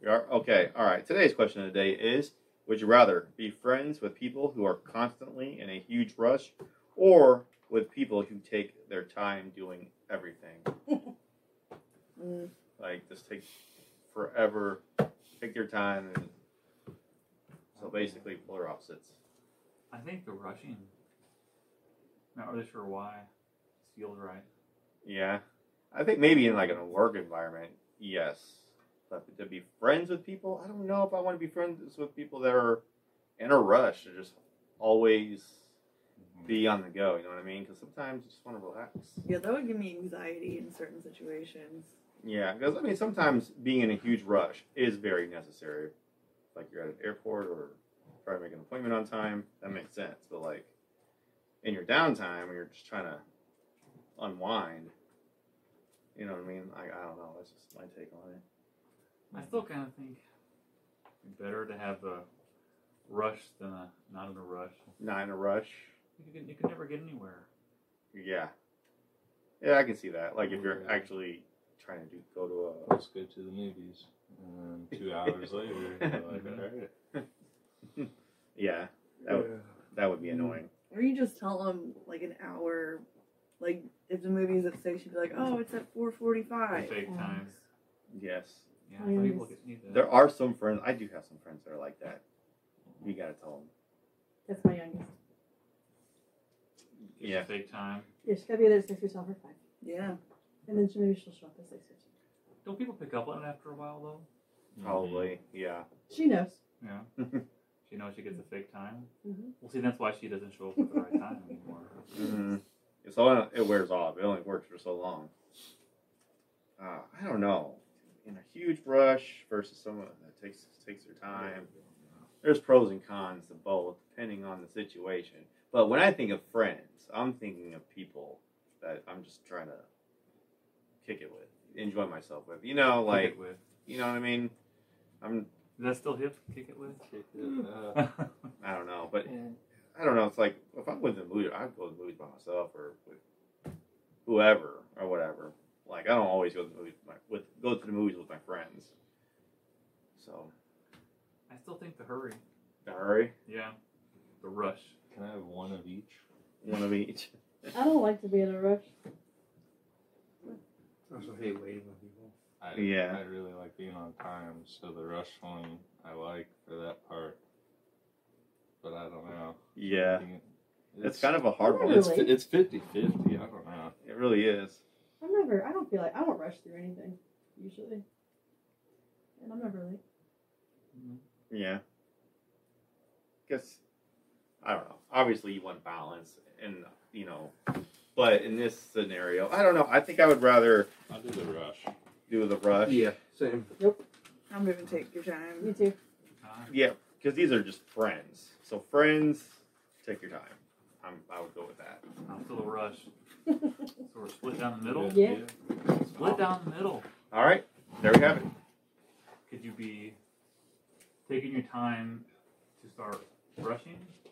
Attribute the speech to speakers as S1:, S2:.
S1: We are okay. All right. Today's question of the day is: Would you rather be friends with people who are constantly in a huge rush, or with people who take their time doing everything?
S2: Mm.
S1: Like just take forever, take their time, and so basically polar opposites.
S3: I think the rushing. Not really sure why. It feels right.
S1: Yeah, I think maybe in like a work environment, yes. But to be friends with people, I don't know if I want to be friends with people that are in a rush or just always be on the go. You know what I mean? Because sometimes you just want to relax.
S2: Yeah, that would give me anxiety in certain situations.
S1: Yeah, because I mean, sometimes being in a huge rush is very necessary. Like you're at an airport or trying to make an appointment on time, that makes sense. But like in your downtime, when you're just trying to unwind, you know what I mean? I, I don't know. That's just my take on it.
S3: I still kind of think it's better to have a rush than a not in a rush.
S1: Not in a rush.
S3: You can, you can never get anywhere.
S1: Yeah, yeah, I can see that. Like if you're
S4: Yeah.
S1: actually trying to do, go to
S4: Let's go to the movies. And two hours later, you're like, all right.
S1: a yeah, that would, that would be annoying.
S2: Or you just tell them like an hour, like if the movie's at six, you'd be like, "Oh, it's at four forty-five.
S3: Fake times.
S1: Yes.
S3: Yeah,
S2: Yes.
S3: some people get, need that.
S1: There are some friends. I do have some friends that are like that. You gotta tell
S5: That's my youngest.
S1: them.
S3: It's a fake time.
S5: Yeah, she's got to be there at six herself or five,
S2: Yeah,
S5: and then she maybe she'll show up at six fifteen.
S3: Don't people pick up on it after a while though?
S4: Mm-hmm.
S1: probably. Yeah.
S5: She knows.
S3: Yeah. She knows she gets a fake time.
S5: Mhm.
S3: Well, see, that's why she doesn't show up at the right time anymore.
S1: Mhm. It's all it wears off. It only works for so long. Uh, I don't know. In a huge rush versus someone that takes takes their time. There's pros and cons to both, depending on the situation. But when I think of friends, I'm thinking of people that I'm just trying to kick it with, enjoy myself with. You know,
S3: kick
S1: like
S3: it with.
S1: you know what I mean. I'm
S3: Is that still hip? Kick it with.
S4: Kick it up.
S1: I don't know, but I don't know. It's like if I'm with the movie, I'd go to the movies by myself or with whoever or whatever. Like I don't always go to the movies with, my, with go to the movies with my friends. So
S3: I still think the hurry.
S1: in a hurry,
S3: Yeah. The rush.
S4: Can I have one of each?
S1: one of each.
S5: I don't like to be in a rush.
S6: I also hate waiting on people.
S4: I,
S1: Yeah.
S4: I really like being on time, so the rush one I like for that part. But I don't know.
S1: Yeah,
S4: Being-
S1: it's kind of a hard one.
S4: it's
S1: It's,
S4: fi- it's 50 50. I don't know.
S1: it really is.
S5: I'm never. I don't feel like I don't rush through anything usually, and I'm never late.
S3: Mm-hmm.
S1: Yeah. Guess I don't know. Obviously, you want balance, and you know, but in this scenario, I don't know. I think I would rather
S4: I'll do the rush.
S1: do the rush.
S6: Yeah, same.
S2: I'm gonna take your
S5: Me
S2: time.
S5: too.
S3: Time.
S1: Yeah, because these are just friends. So friends, take your time. I'm, I would go with that.
S3: I'm still a rush. So we're split down the middle.
S5: Yeah.
S3: Split down the middle.
S1: All right, there we have it.
S3: Could you be taking your time to start rushing